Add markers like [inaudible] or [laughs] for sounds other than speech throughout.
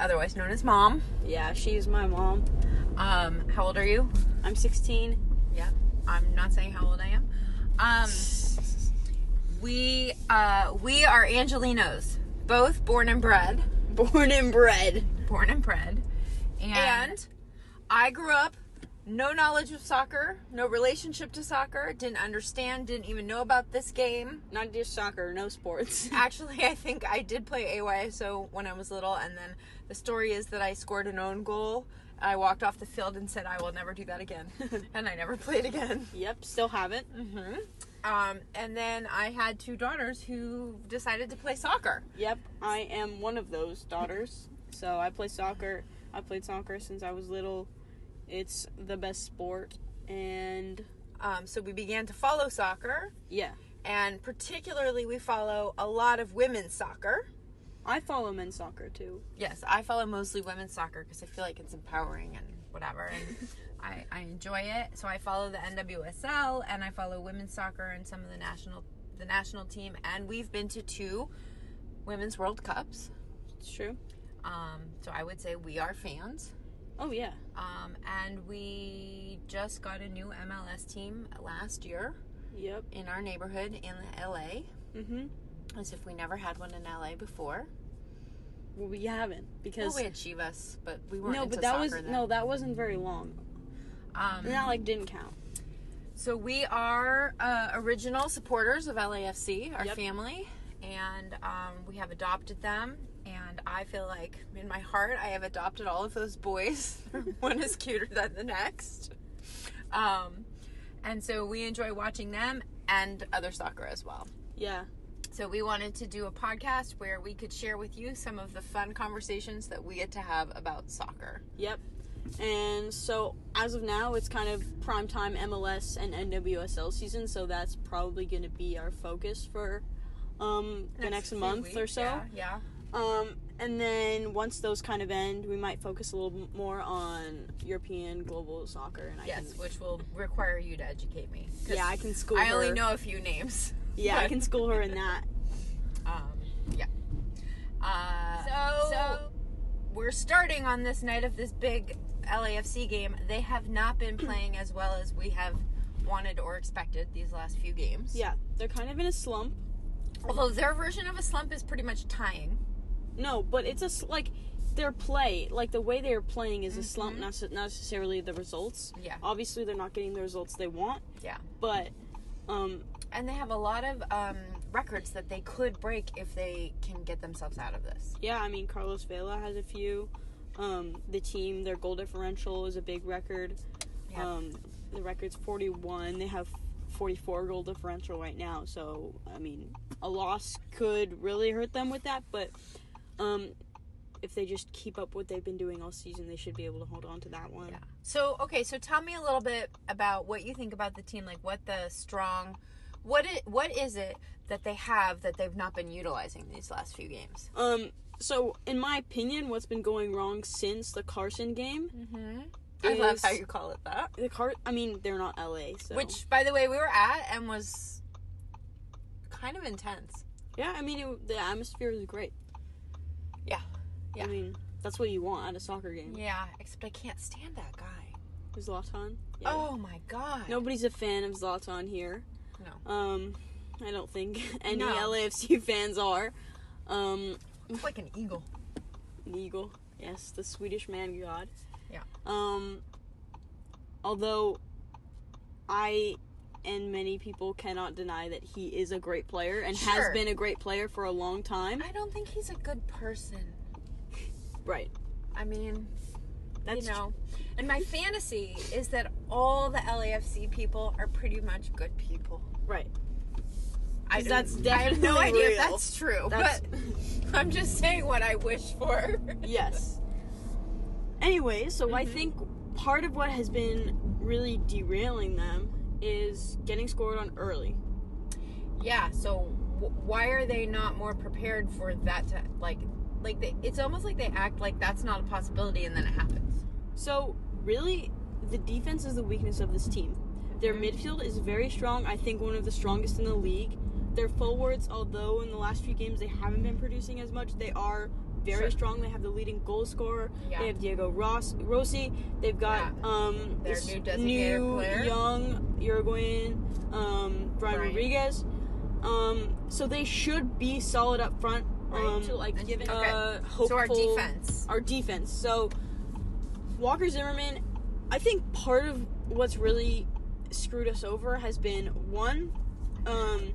otherwise known as mom. Yeah, she's my mom. Um, how old are you? I'm 16. Yeah, I'm not saying how old I am. Um, we uh, we are Angelinos, both born and bred, [laughs] Born and bred. born and bred, and, I grew up no knowledge of soccer, no relationship to soccer, didn't understand, didn't even know about this game. Not just soccer, no sports. [laughs] Actually, I think I did play AYSO when I was little, and then the story is that I scored an own goal. I walked off the field and said, "I will never do that again," and I never played again. Yep, still haven't. Um, and then I had two daughters who decided to play soccer. Yep, I am one of those daughters. So I play soccer. I played soccer since I was little. It's the best sport. And Um, so we began to follow soccer, yeah, and particularly we follow a lot of women's soccer. I follow men's soccer too. Yes, I follow mostly women's soccer because I feel like it's empowering and whatever, [laughs] and I, I enjoy it. So I follow the NWSL and I follow women's soccer and some of the national the national team, and we've been to two women's World Cups. It's true. Um, so I would say we are fans. Oh, yeah. Um, and we just got a new MLS team last year Yep. in our neighborhood in LA, Mm-hmm. as if we never had one in LA before. Well, we haven't Well, because we had Chivas, but we weren't no, into but that soccer was then. no, that wasn't very long. Um, And that like didn't count. So we are uh, original supporters of LAFC, our Yep. family, and um, we have adopted them. And I feel like in my heart, I have adopted all of those boys. [laughs] One is cuter than the next. Um, and so we enjoy watching them and other soccer as well. Yeah. So we wanted to do a podcast where we could share with you some of the fun conversations that we get to have about soccer. Yep. And so as of now, it's kind of primetime MLS and NWSL season, so that's probably going to be our focus for um, the next few month or weeks, so. Yeah. yeah. Um, and then once those kind of end, we might focus a little m- more on European global soccer. And I Yes, can, which will require you to educate me. 'Cause yeah, I can school. I only her. know a few names. Yeah, I can school [laughs] her in that. Um, yeah. Uh, so, we're starting on this night of this big LAFC game. They have not been playing as well as we have wanted or expected these last few games. Yeah, they're kind of in a slump. Although their version of a slump is pretty much tying. No, but it's a s- like their play, like the way they are playing is a Mm-hmm. slump, not, s- not necessarily the results. Yeah. Obviously, they're not getting the results they want, Yeah. but um, And they have a lot of um, records that they could break if they can get themselves out of this. yeah, I mean Carlos Vela has a few. Um, the team, their goal differential is a big record. Yeah. Um, the record's 41. They have 44 goal differential right now. So, I mean, a loss could really hurt them with that. But um, if they just keep up what they've been doing all season, they should be able to hold on to that one. Yeah. So okay, so tell me a little bit about what you think about the team, like what the strong, what it, what is it that they have that they've not been utilizing these last few games? Um, so, in my opinion, what's been going wrong since the Carson game? Mm-hmm. I love is- how you call it that. The car. I mean, they're not LA, so Which, by the way, we were at and was kind of intense. yeah. I mean, it, the atmosphere is great. Yeah, Yeah. I mean, that's what you want at a soccer game. yeah. Except I can't stand that guy. Is Zlatan? Yeah. Oh my god. Nobody's a fan of Zlatan here. No. Um, I don't think [laughs] any No. LAFC fans are. Um, It's like an eagle. the Eagle, yes, the Swedish man god. Yeah. Um, although I and many people cannot deny that he is a great player and has Sure. been a great player for a long time. I don't think he's a good person. Right. I mean, That's you know. And my fantasy is that all the LAFC people are pretty much good people. right. I That's don't- I have no definitely idea if real. that's true, That's but [laughs] I'm just saying what I wish for. [laughs] yes. Anyway, so I think part of what has been really derailing them is getting scored on early. yeah. So w- why are they not more prepared for that? To like, like they, it's almost like they act like that's not a possibility, and then it happens. So, really, the defense is the weakness of this team. Their midfield is very strong, I think one of the strongest in the league. Their forwards, although in the last few games they haven't been producing as much, they are very Sure. strong. They have the leading goal scorer. Yeah. They have Diego Ross, Rossi. They've got Yeah. um, Their this new designated new player. young Uruguayan um, Brian, Brian. Rodriguez. Um, so they should be solid up front. Right. Um, to like And- give it okay. a hopeful So our defense. our defense. So Walker Zimmerman, I think part of what's really screwed us over has been one, um,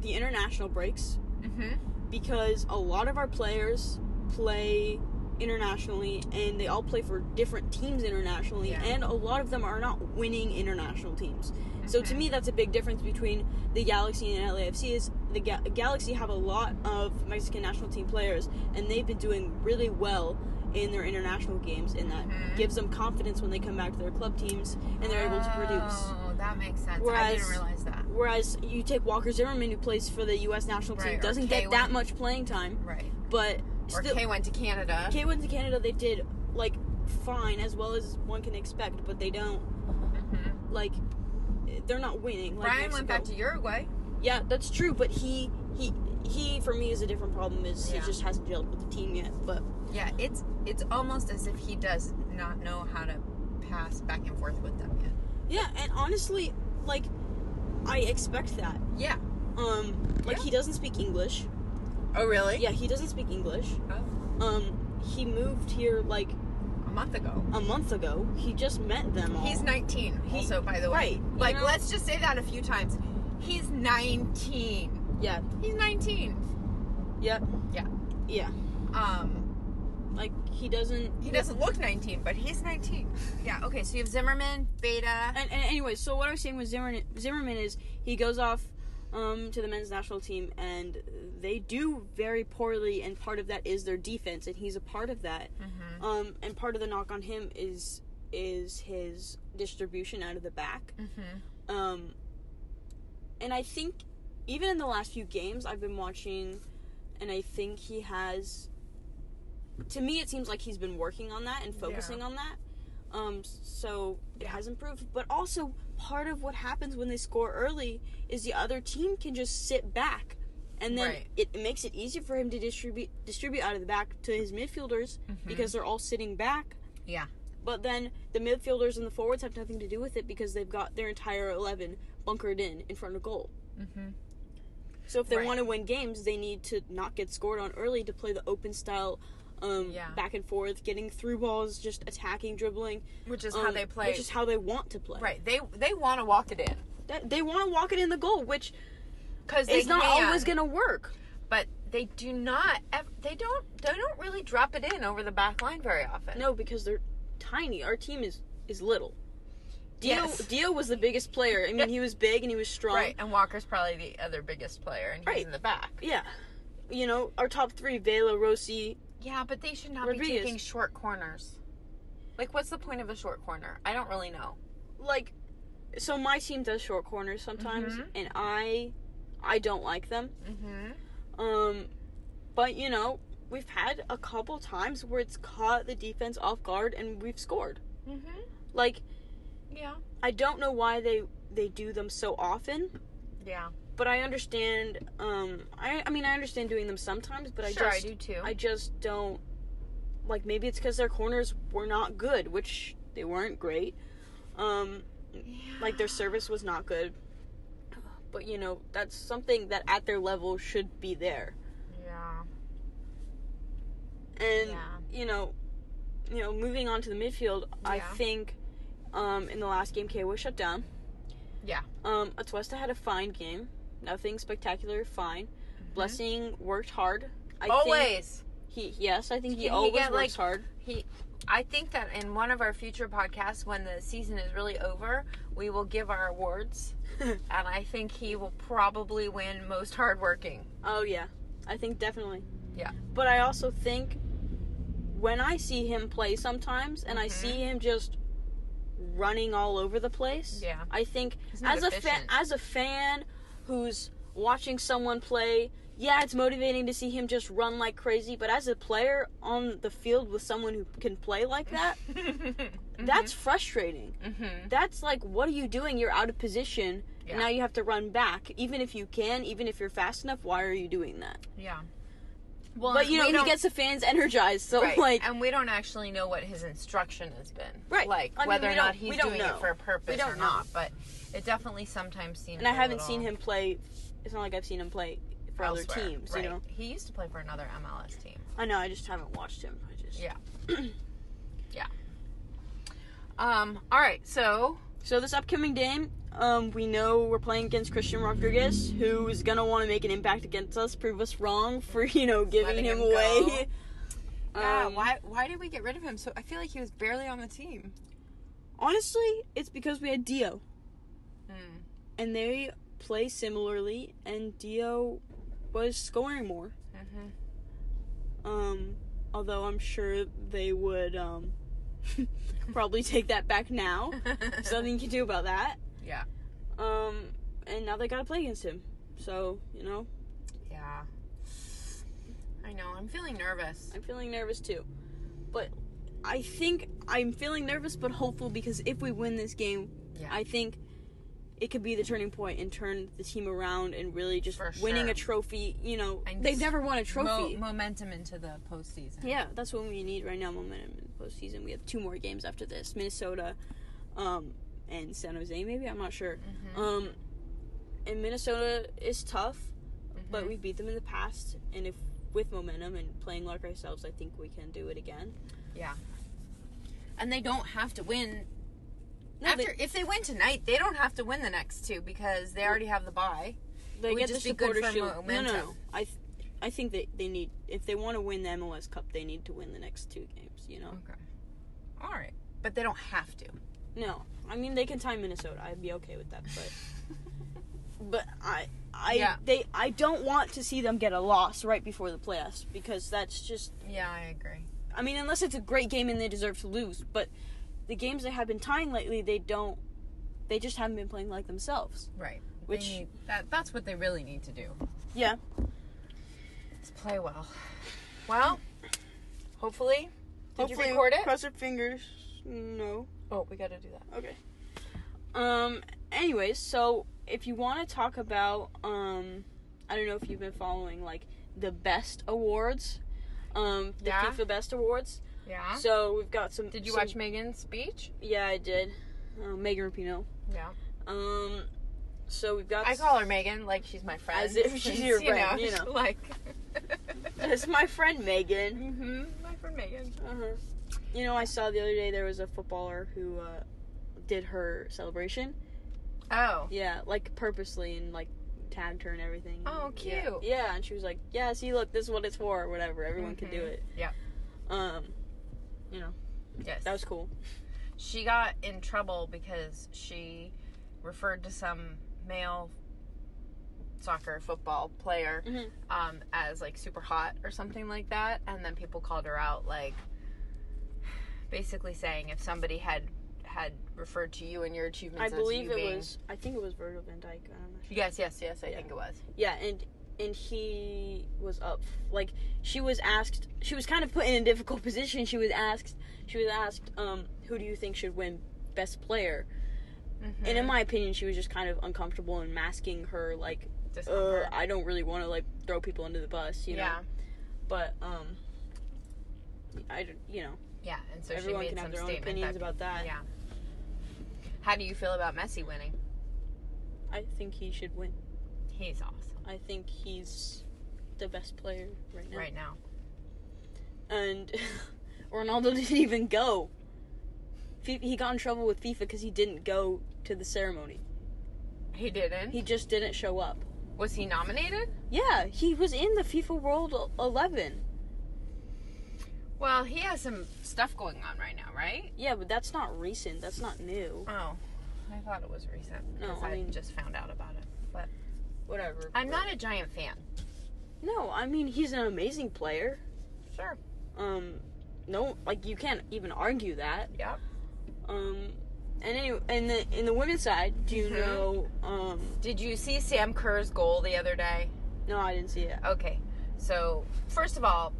the international breaks Mm-hmm. because a lot of our players play internationally and they all play for different teams internationally Yeah. and a lot of them are not winning international teams. So to me that's a big difference between the Galaxy and LAFC is the Ga- Galaxy have a lot of Mexican national team players and they've been doing really well in their international games and that Mhm. gives them confidence when they come back to their club teams and they're able to produce. Oh, that makes sense. I Whereas- didn't realize that. Whereas you take Walker Zimmerman who plays for the US national team Right, or doesn't Kay get that Wen- much playing time Right. but Or still, Kay went to Canada. K went to Canada. They did like fine as well as one can expect, but they don't Mhm. like they're not winning. Like Brian went back to Mexico. Uruguay. yeah, that's true. But he he he for me is a different problem. Is Yeah. he just hasn't gelled with the team yet? But Yeah, it's it's almost as if he does not know how to pass back and forth with them yet. yeah, and honestly, like I expect that. Yeah. Um, like Yeah. he doesn't speak English. Oh, really? Yeah, he doesn't speak English. Oh, Um, he moved here like a month ago. a month ago. He just met them all. He's 19. He- also, by the way, right, you Like, know? let's just say that a few times. He's 19. yeah, He's 19. yeah, Yeah. yeah. Um, Like he doesn't. he doesn't look 19, but he's 19. Yeah. Okay. So you have Zimmerman, Beta. and, and anyway, so what I was saying with Zimmerman, Zimmerman is he goes off um, to the men's national team and they do very poorly, and part of that is their defense, and he's a part of that. Mhm. Um, and part of the knock on him is is his distribution out of the back. Mhm. Um, and I think even in the last few games I've been watching, and I think he has. To me, it seems like he's been working on that and focusing on that. Um, so it Yeah. has improved. But also, part of what happens when they score early is the other team can just sit back, and then Right. it, it makes it easier for him to distribute distribute out of the back to his midfielders Mm-hmm. because they're all sitting back. Yeah. But then the midfielders and the forwards have nothing to do with it because they've got their entire 11 bunkered in in front of goal. Mhm. So if they Right. want to win games, they need to not get scored on early to play the open style um, Yeah. back and forth, getting through balls, just attacking, dribbling. Which is how um, they play. Which is how they want to play. right. They they want to walk it in That- They want to walk it in the goal, which because is not always gonna. going to work. But they do not. ev- They don't. They don't really drop it in over the back line very often. No, because they're tiny. Our team is, is little. Dio, Yes. Dio was the biggest player. I mean, he was big and he was strong. Right. And Walker's probably the other biggest player, and he's Right. in the back. Yeah. You know, our top three, Vela, Rossi. Yeah, but they should not be Rodriguez. taking short corners. Like, what's the point of a short corner? I don't really know. Like, so my team does short corners sometimes, Mhm. and I, I don't like them. Mm-hmm. Um, but you know, we've had a couple times where it's caught the defense off guard and we've scored. Mm-hmm. Like, Yeah. I don't know why they they do them so often, Yeah. but I understand. Um, I I mean, I understand doing them sometimes, but sure, I just I do too. I just don't like maybe it's because their corners were not good, which they weren't great. Um, like their service was not good. But you know, that's something that at their level should be there. Yeah. And Yeah. you know, you know, moving on to the midfield, I Yeah. think um, in the last game K was shut down. Yeah. Um, Atuesta had a fine game. Nothing spectacular, fine. Mm-hmm. Blessing worked hard. I Think Always. he yes, I think he Can Oh, he always works get, like, hard. [laughs] He. I think that in one of our future podcasts, when the season is really over, we will give our awards, and I think he will probably win most hardworking. Oh yeah, I think definitely. Yeah. But I also think when I see him play sometimes, and I Mm-hmm. see him just running all over the place. Yeah. I think He's not as a fan, efficient. as a fan who's watching someone play, yeah, it's motivating to see him just run like crazy. But as a player on the field with someone who can play like [laughs] that, that's frustrating. Mm-hmm. That's like, what are you doing? You're out of position. Yeah. And now you have to run back, even if you can, even if you're fast enough. Why are you doing that? Yeah. Well, But you know, we he don't- gets the fans energized. So right. like, and we don't actually know what his instruction has been. Right. Like I mean, whether we or not don't- he's we don't doing know. it for a purpose We don't or not. But it definitely sometimes seems. and I a haven't little seen him play. It's not like I've seen him play for other elsewhere. teams. Right. You know, He used to play for another MLS team. I know. I just haven't watched him. I just Yeah. yeah. Um. All right. So So this upcoming game, um, we know we're playing against Christian Rodriguez, who is gonna want to make an impact against us, prove us wrong for [laughs] you know giving Letting him, him away. yeah. [laughs] Um, why Why did we get rid of him? So I feel like he was barely on the team. Honestly, it's because we had Dio, Mm. and they play similarly, and Dio was scoring more. Mm-hmm. Um, although I'm sure they would um, [laughs] probably take that back now. [laughs] There's nothing you can do about that. mm-hmm. Yeah. Um, and now they gotta play against him. So you know, Yeah. I know. I'm feeling nervous. I'm feeling nervous too. But I think I'm feeling nervous but hopeful because if we win this game, Yeah. I think it could be the turning point and turn the team around and really just For winning sure. a trophy. You know, And they've just never won a Mo- trophy. momentum into the postseason. yeah, that's what we need right now momentum in the postseason. We have two more games after this Minnesota um, and San Jose, maybe? I'm not sure. Mhm. Um, and Minnesota is tough, but Mhm. we beat them in the past. And if with momentum and playing like ourselves, I think we can do it again. and they don't have to win No, after they, if they win tonight. They don't have to win the next two because they already have the bye. they it would get just the be good supporter for shield. No, momentum. no, no. I, th- I think that they need if they want to win the MLS Cup, they need to win the next two games. You know, Okay. All right, but they don't have to. [laughs] Mm. no. I mean, they can tie Minnesota. I'd be okay with that, but but I. I Yeah. they I don't want to see them get a loss right before the playoffs because that's just Yeah, I agree. I mean unless it's a great game and they deserve to lose but the games they have been tying lately they don't they just haven't been playing like themselves Right. Which- Which need, that that's what they really need to do. yeah Is play well. Well, hopefully. Did Hopefully- you record it? cross your fingers no oh, we got to do that. Okay. Um. Anyways, so if you want to talk about, um, I don't know if you've been following like the best awards, um, the Yeah. FIFA best awards. Yeah. So we've got some. did you some- watch Megan's speech? Yeah, I did. Uh, Megan Rapinoe. Yeah. Um. So we've got. I call [laughs] her Megan, like she's my friend. As if [laughs] she's your friend, you know. Like. [laughs] It's my friend Megan. hmm My friend Megan. Uh-huh. You know, I saw the other day there was a footballer who uh, did her celebration. Oh. Yeah, like purposely and like tagged her and everything. Oh, Yeah. cute. Yeah, and she was like, "Yeah, see, look, this is what it's for, or whatever. Everyone can do Mhm. it." Yeah. Um, Yes. that was cool. she got in trouble because she referred to some male soccer football player Mhm. um, as like super hot or something like that and then people called her out like basically saying if somebody had had referred to you and your I achievements as believe you being- it was. I think it was Virgil Van Dyke. I don't know. yes yes yes i Yeah. think it was Yeah, and and he was up. Like she was asked. She was kind of put in a difficult [laughs] position. She was asked. She was asked, um, "Who do you think should win Best Player?" And Hmm. in my opinion, she was just kind of uncomfortable and masking her like, Mm-hmm. uh, Discomfort. "I don't really want to like throw people under the bus," you know. yeah but um i d- you know yeah and so everyone she made can have some their own statement opinions that- about that yeah how do you feel about messi winning i think he should win he's awesome i think he's the best player right now right now and [laughs] ronaldo didn't even go Fi- he got in trouble with fifa because he didn't go to the ceremony he didn't he just didn't show up was he nominated yeah he was in the fifa world E-, El- 11 Well, he has some stuff going on right now, right? yeah but that's not recent that's not new Oh, I thought it was recent No, because I I, mean- just found out about it. whatever I'm not a giant fan. no i mean he's an amazing player Sure. um no like you can't even argue that Yep. Um, and anyway, and the in the women's side, do you Mhm. know? Um, Did you see Sam Kerr's goal the other day? no, I didn't see it. Okay. So first of all,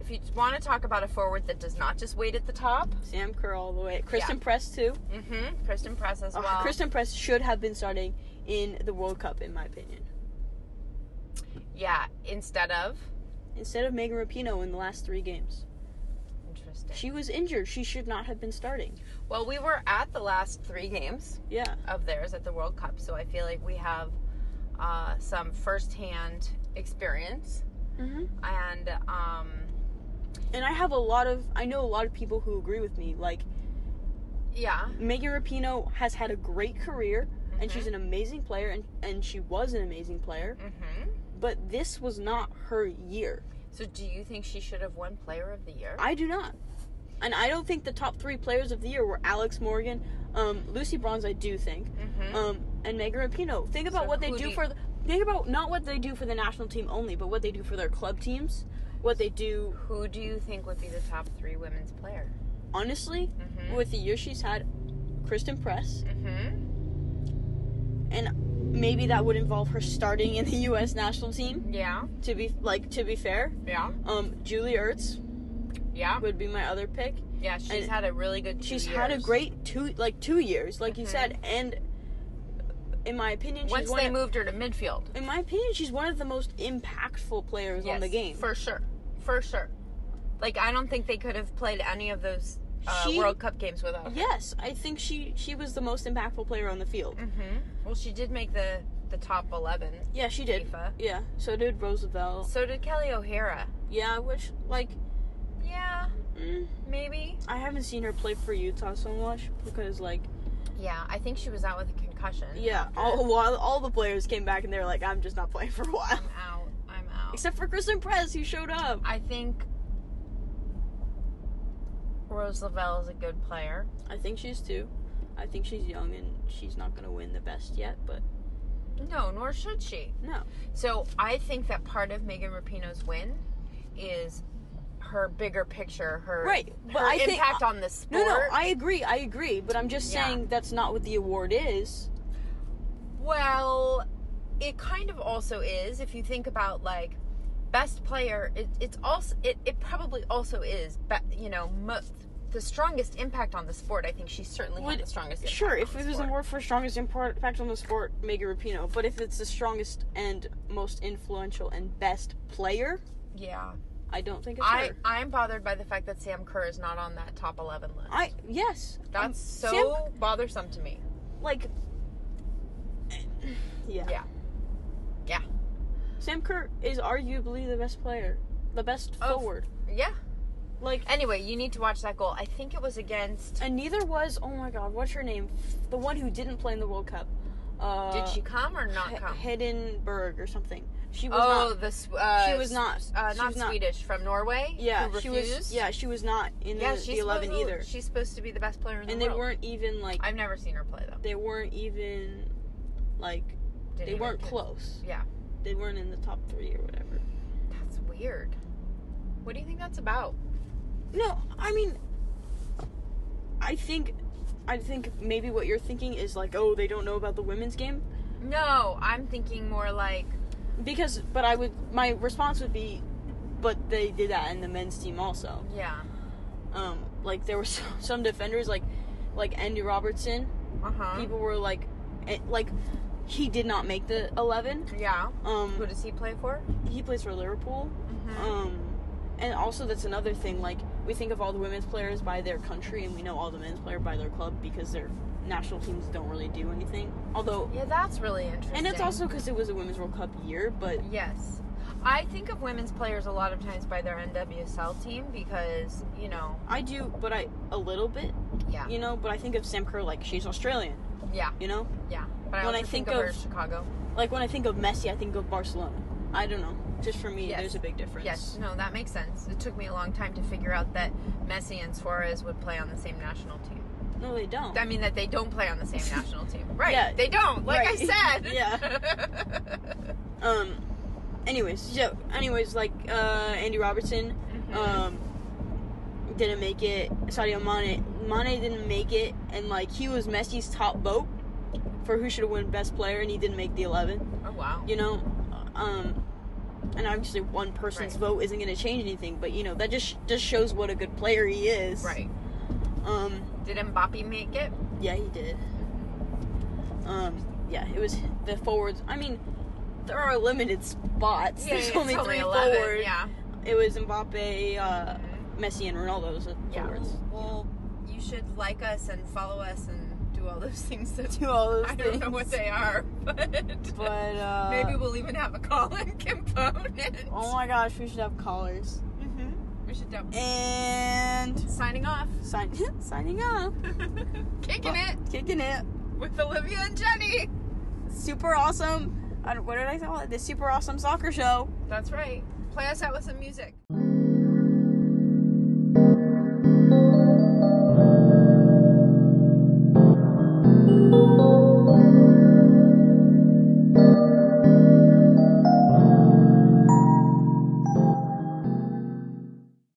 if you want to talk about a forward that does not just wait at the top, Sam Kerr all the way. Kristen Press too. mm-hmm, Kristen Press as Uh, well. Kristen Press should have been starting in the World Cup, in my opinion. Yeah. Instead of instead of Megan Rapino in the last three games. Interesting. She was injured. She should not have been starting. well, we were at the last three games Yeah. of theirs at the World Cup, so I feel like we have uh, some firsthand experience. Mm-hmm. And um, And I have a lot of, I know a lot of people who agree with me. Like, yeah, Megan Rapino has had a great career, and Mhm. she's an amazing player, and, and she was an amazing player, hmm but this was not her year. So, do you think she should have won Player of the Year? I do not. And I don't think the top three players of the year were Alex Morgan, um, Lucy Bronze, I do think, Mm-hmm. um, and Megan Rapino. Think about So what they who do do you- for the, think about not what they do for the national team only, but what they do for their club teams, what they do Who do you think would be the top three women's player? honestly Mm-hmm. with the year she's had. Kristen Press, mm-hmm. maybe that would involve her starting in the [laughs] U.S. national team. Yeah. To be like, to be fair, Yeah. Um, Julie Ertz Yeah. would be my other pick. Yeah. She's And had a really good. Two She's had a years. great two, like two years, like you Mhm. said, and in my opinion, she's Once one they of, moved her to midfield. In my opinion, she's one of the most impactful players on the game. For sure. For sure. Like I don't think they could have played any of those uh, She- World Cup games without her. yes, I think she she was the most impactful player on the field. Mm-hmm. Well, she did make the the top eleven. Yeah, she did. FIFA. Yeah, so did Roosevelt. So did Kelly O'Hara. Yeah, which like Yeah, mm, maybe. I haven't seen her play for Utah so much because like Yeah, I think she was out with a concussion. yeah, after. all while all the players came back and they were like, I'm just not playing for a while, [laughs] I'm out. I'm out. except for Kristen Press who showed up. I think Rose Lavelle is a good player. I think she's two. I think she's young and she's not gonna win the best yet, but No, nor should she. no. So I think that part of Megan Rapinoe's win is her bigger picture, her Right, but her I think- impact on the sport. No, no, I agree, I agree, but I'm just Yeah. saying that's not what the award is. well, it kind of also is if you think about like best player. It, it's also it, it probably also is, but you know, mo- the strongest impact on the sport. I think she certainly Would- had the strongest. Impact Sure, on if the it was an sport. award for strongest import- impact on the sport, Megan Rapino, but if it's the strongest and most influential and best player, yeah, I don't think it's I her. I'm bothered by the fact that Sam Kerr is not on that top eleven list. I yes, um, That's so Sam- bothersome to me. like [sighs] yeah. Yeah. Yeah. Sam Kerr is arguably the best player, the best Of- forward. Yeah. Like Anyway, you need to watch that goal. I think it was against. And neither was oh my god, what's her name? The one who didn't play in the World Cup. Uh, Did she come or not H- come? Hindenburg or something. She was oh, not. the S- uh, she was not. uh, she not was not- Swedish from Norway. Yeah, who she refused? was. Yeah, she was not in yeah. the, She's the eleven supposed to- either. She's supposed to be the best player in and the they world. weren't even like I've never seen her play though. they weren't even like Didn't they even weren't get- close. Yeah, They weren't in the top three or whatever. that's weird. What do you think that's about? No, I mean, I think, I think maybe what you're thinking is like, oh, they don't know about the women's game. No, I'm thinking more like Because, but I would, my response would be, but they did that in the men's team also. yeah. Um, like there were [laughs] some, some defenders like, like Andy Robertson. Uh huh. People were like, eh, like, he did not make the eleven. Yeah. Who Um, does he play for? he plays for Liverpool. Mhm. Um, and also that's another thing. Like we think of all the women's players by their country, and we know all the men's player by their club because their national teams don't really do anything. Although, Yeah, that's really interesting. and it's also because it was a women's World Cup year, but Yes. I think of women's players a lot of times by their NWSL team because, you know, I do, but I a little bit, yeah. you know. But I think of Sam Kerr like she's Australian, Yeah, you know. yeah. But I When also I think, think of, her of- as Chicago. Like when I think of Messi, I think of Barcelona. I don't know. Just for me, Yes. there's a big difference. Yes, no, that makes sense. It took me a long time to figure out that Messi and Suarez would play on the same national team. No, they don't. I mean, that they don't play on the same national team. [laughs] Right. Yeah. They don't, like Right. [laughs] I said. [laughs] um. Anyways, so anyways, like uh, Andy Robertson, Mhm. um, didn't make it. Sadio Mane, Mane didn't make it, and like he was Messi's top vote for who should have won Best Player, and he didn't make the eleven. oh, wow. You know, um, and obviously one person's Right. vote isn't going to change anything, but you know that just just shows what a good player he is. Right. Um. Did Mbappe make it? Yeah, he did. Um. Yeah, it was the forwards. I mean, there are limited spots. There's it's only three 11, forwards. Yeah. it was Mbappe, uh, Messi, and Ronaldo. Was the Yeah. forwards. Well, you should like us and follow us and do all those [laughs] things that [laughs] Do all those I things. don't know what they are, [laughs] but, But uh, [laughs] maybe we'll even have a call-in [laughs] component. oh my gosh, we should have callers. hmm We should do And signing off, sign [laughs] signing up, [laughs] kicking it kicking it. with Olivia and Jenny. Super awesome. I don't, what did I call it? The super awesome soccer show. That's right. Play us out with some music.